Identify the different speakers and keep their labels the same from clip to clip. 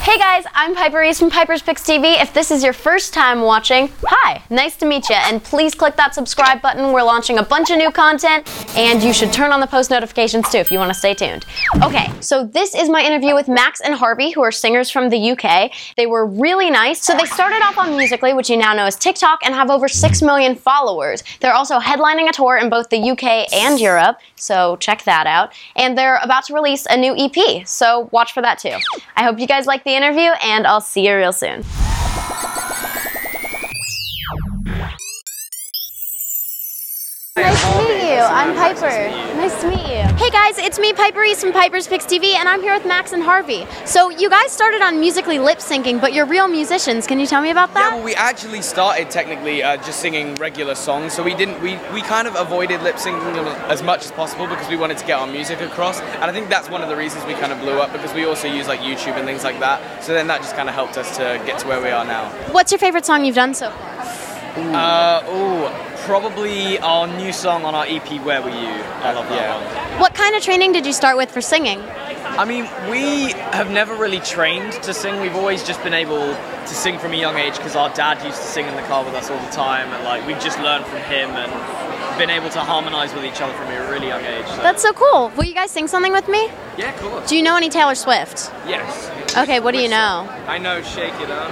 Speaker 1: Hey guys, I'm Piper Reese from Piper's Picks TV. If this is your first time watching, hi, nice to meet you. And please click that subscribe button. We're launching a bunch of new content, and you should turn on the post notifications too if you want to stay tuned. Okay, so this is my interview with Max and Harvey, who are singers from the UK. They were really nice. So they started off on Musically, which you now know as TikTok, and have over 6 million followers. They're also headlining a tour in both the UK and Europe, so check that out. And they're about to release a new EP, so watch for that too. I hope you guys like the interview, and I'll see you real soon. Nice to meet you. I'm Piper. Nice to meet you. Hey guys, it's me, Piper East from Piper's Picks TV, and I'm here with Max and Harvey. So you guys started on musically lip syncing, but you're real musicians. Can you tell me about
Speaker 2: Yeah,
Speaker 1: that?
Speaker 2: well, we actually started technically uh, just singing regular songs, so we didn't. We, we kind of avoided lip syncing as much as possible because we wanted to get our music across, and I think that's one of the reasons we kind of blew up because we also use like YouTube and things like that. So then that just kind of helped us to get to where we are now.
Speaker 1: What's your favorite song you've done so far?
Speaker 2: Uh, oh, probably our new song on our EP, "Where Were You." I love that one.
Speaker 1: What kind of training did you start with for singing?
Speaker 2: I mean, we have never really trained to sing. We've always just been able to sing from a young age because our dad used to sing in the car with us all the time, and like we've just learned from him and been able to harmonize with each other from a really young age. So.
Speaker 1: That's so cool. Will you guys sing something with me?
Speaker 2: Yeah, cool.
Speaker 1: Do you know any Taylor Swift?
Speaker 2: Yes.
Speaker 1: Okay, what do you
Speaker 2: Which
Speaker 1: know?
Speaker 2: song? I know "Shake It Up."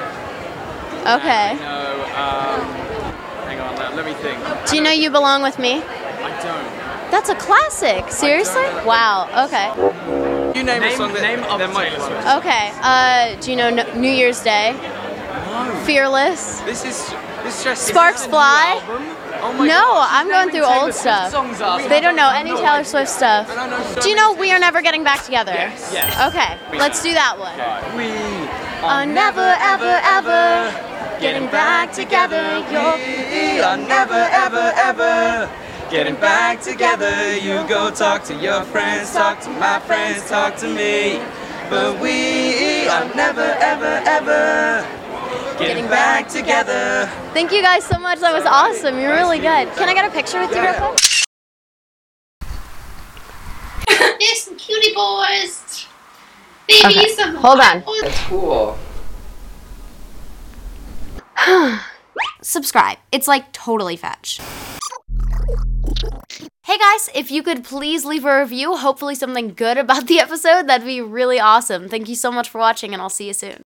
Speaker 1: Okay.
Speaker 2: I know. Um, hang on, now, let me think.
Speaker 1: Do you know You Belong With Me?
Speaker 2: I
Speaker 1: That's a classic. Seriously? Wow. Okay.
Speaker 2: don't. You name, a song that, name of Taylor Swift.
Speaker 1: Okay. Uh, do you know No- New Year's Day? Fearless?
Speaker 2: This is this is just
Speaker 1: Sparks
Speaker 2: is this a new
Speaker 1: Fly?
Speaker 2: album? Oh my
Speaker 1: No,
Speaker 2: gosh, she's
Speaker 1: I'm going
Speaker 2: naming
Speaker 1: through
Speaker 2: Taylor
Speaker 1: old
Speaker 2: Swift
Speaker 1: stuff.
Speaker 2: songs up.
Speaker 1: They don't know any Taylor Swift stuff.
Speaker 2: And I know so
Speaker 1: Do you
Speaker 2: many
Speaker 1: know We Are Never Getting Back Together?
Speaker 2: Yes. Yes.
Speaker 1: Okay. Let's do that one.
Speaker 2: We Oh,
Speaker 1: are never, ever, ever getting back together. You're-
Speaker 2: We are never, ever, ever getting back together. You go talk to your friends, talk to my friends, talk to me. But we are never, ever, ever getting back together.
Speaker 1: Thank you guys so much. That was awesome. You're really good. Can I get a picture with you real quick?
Speaker 3: There's some cutie boys. Baby,
Speaker 1: Okay,
Speaker 3: some
Speaker 1: hold on.
Speaker 2: That's cool.
Speaker 1: subscribe. It's like totally fetch. Hey guys, if you could please leave a review, hopefully something good about the episode, that'd be really awesome. Thank you so much for watching, and I'll see you soon.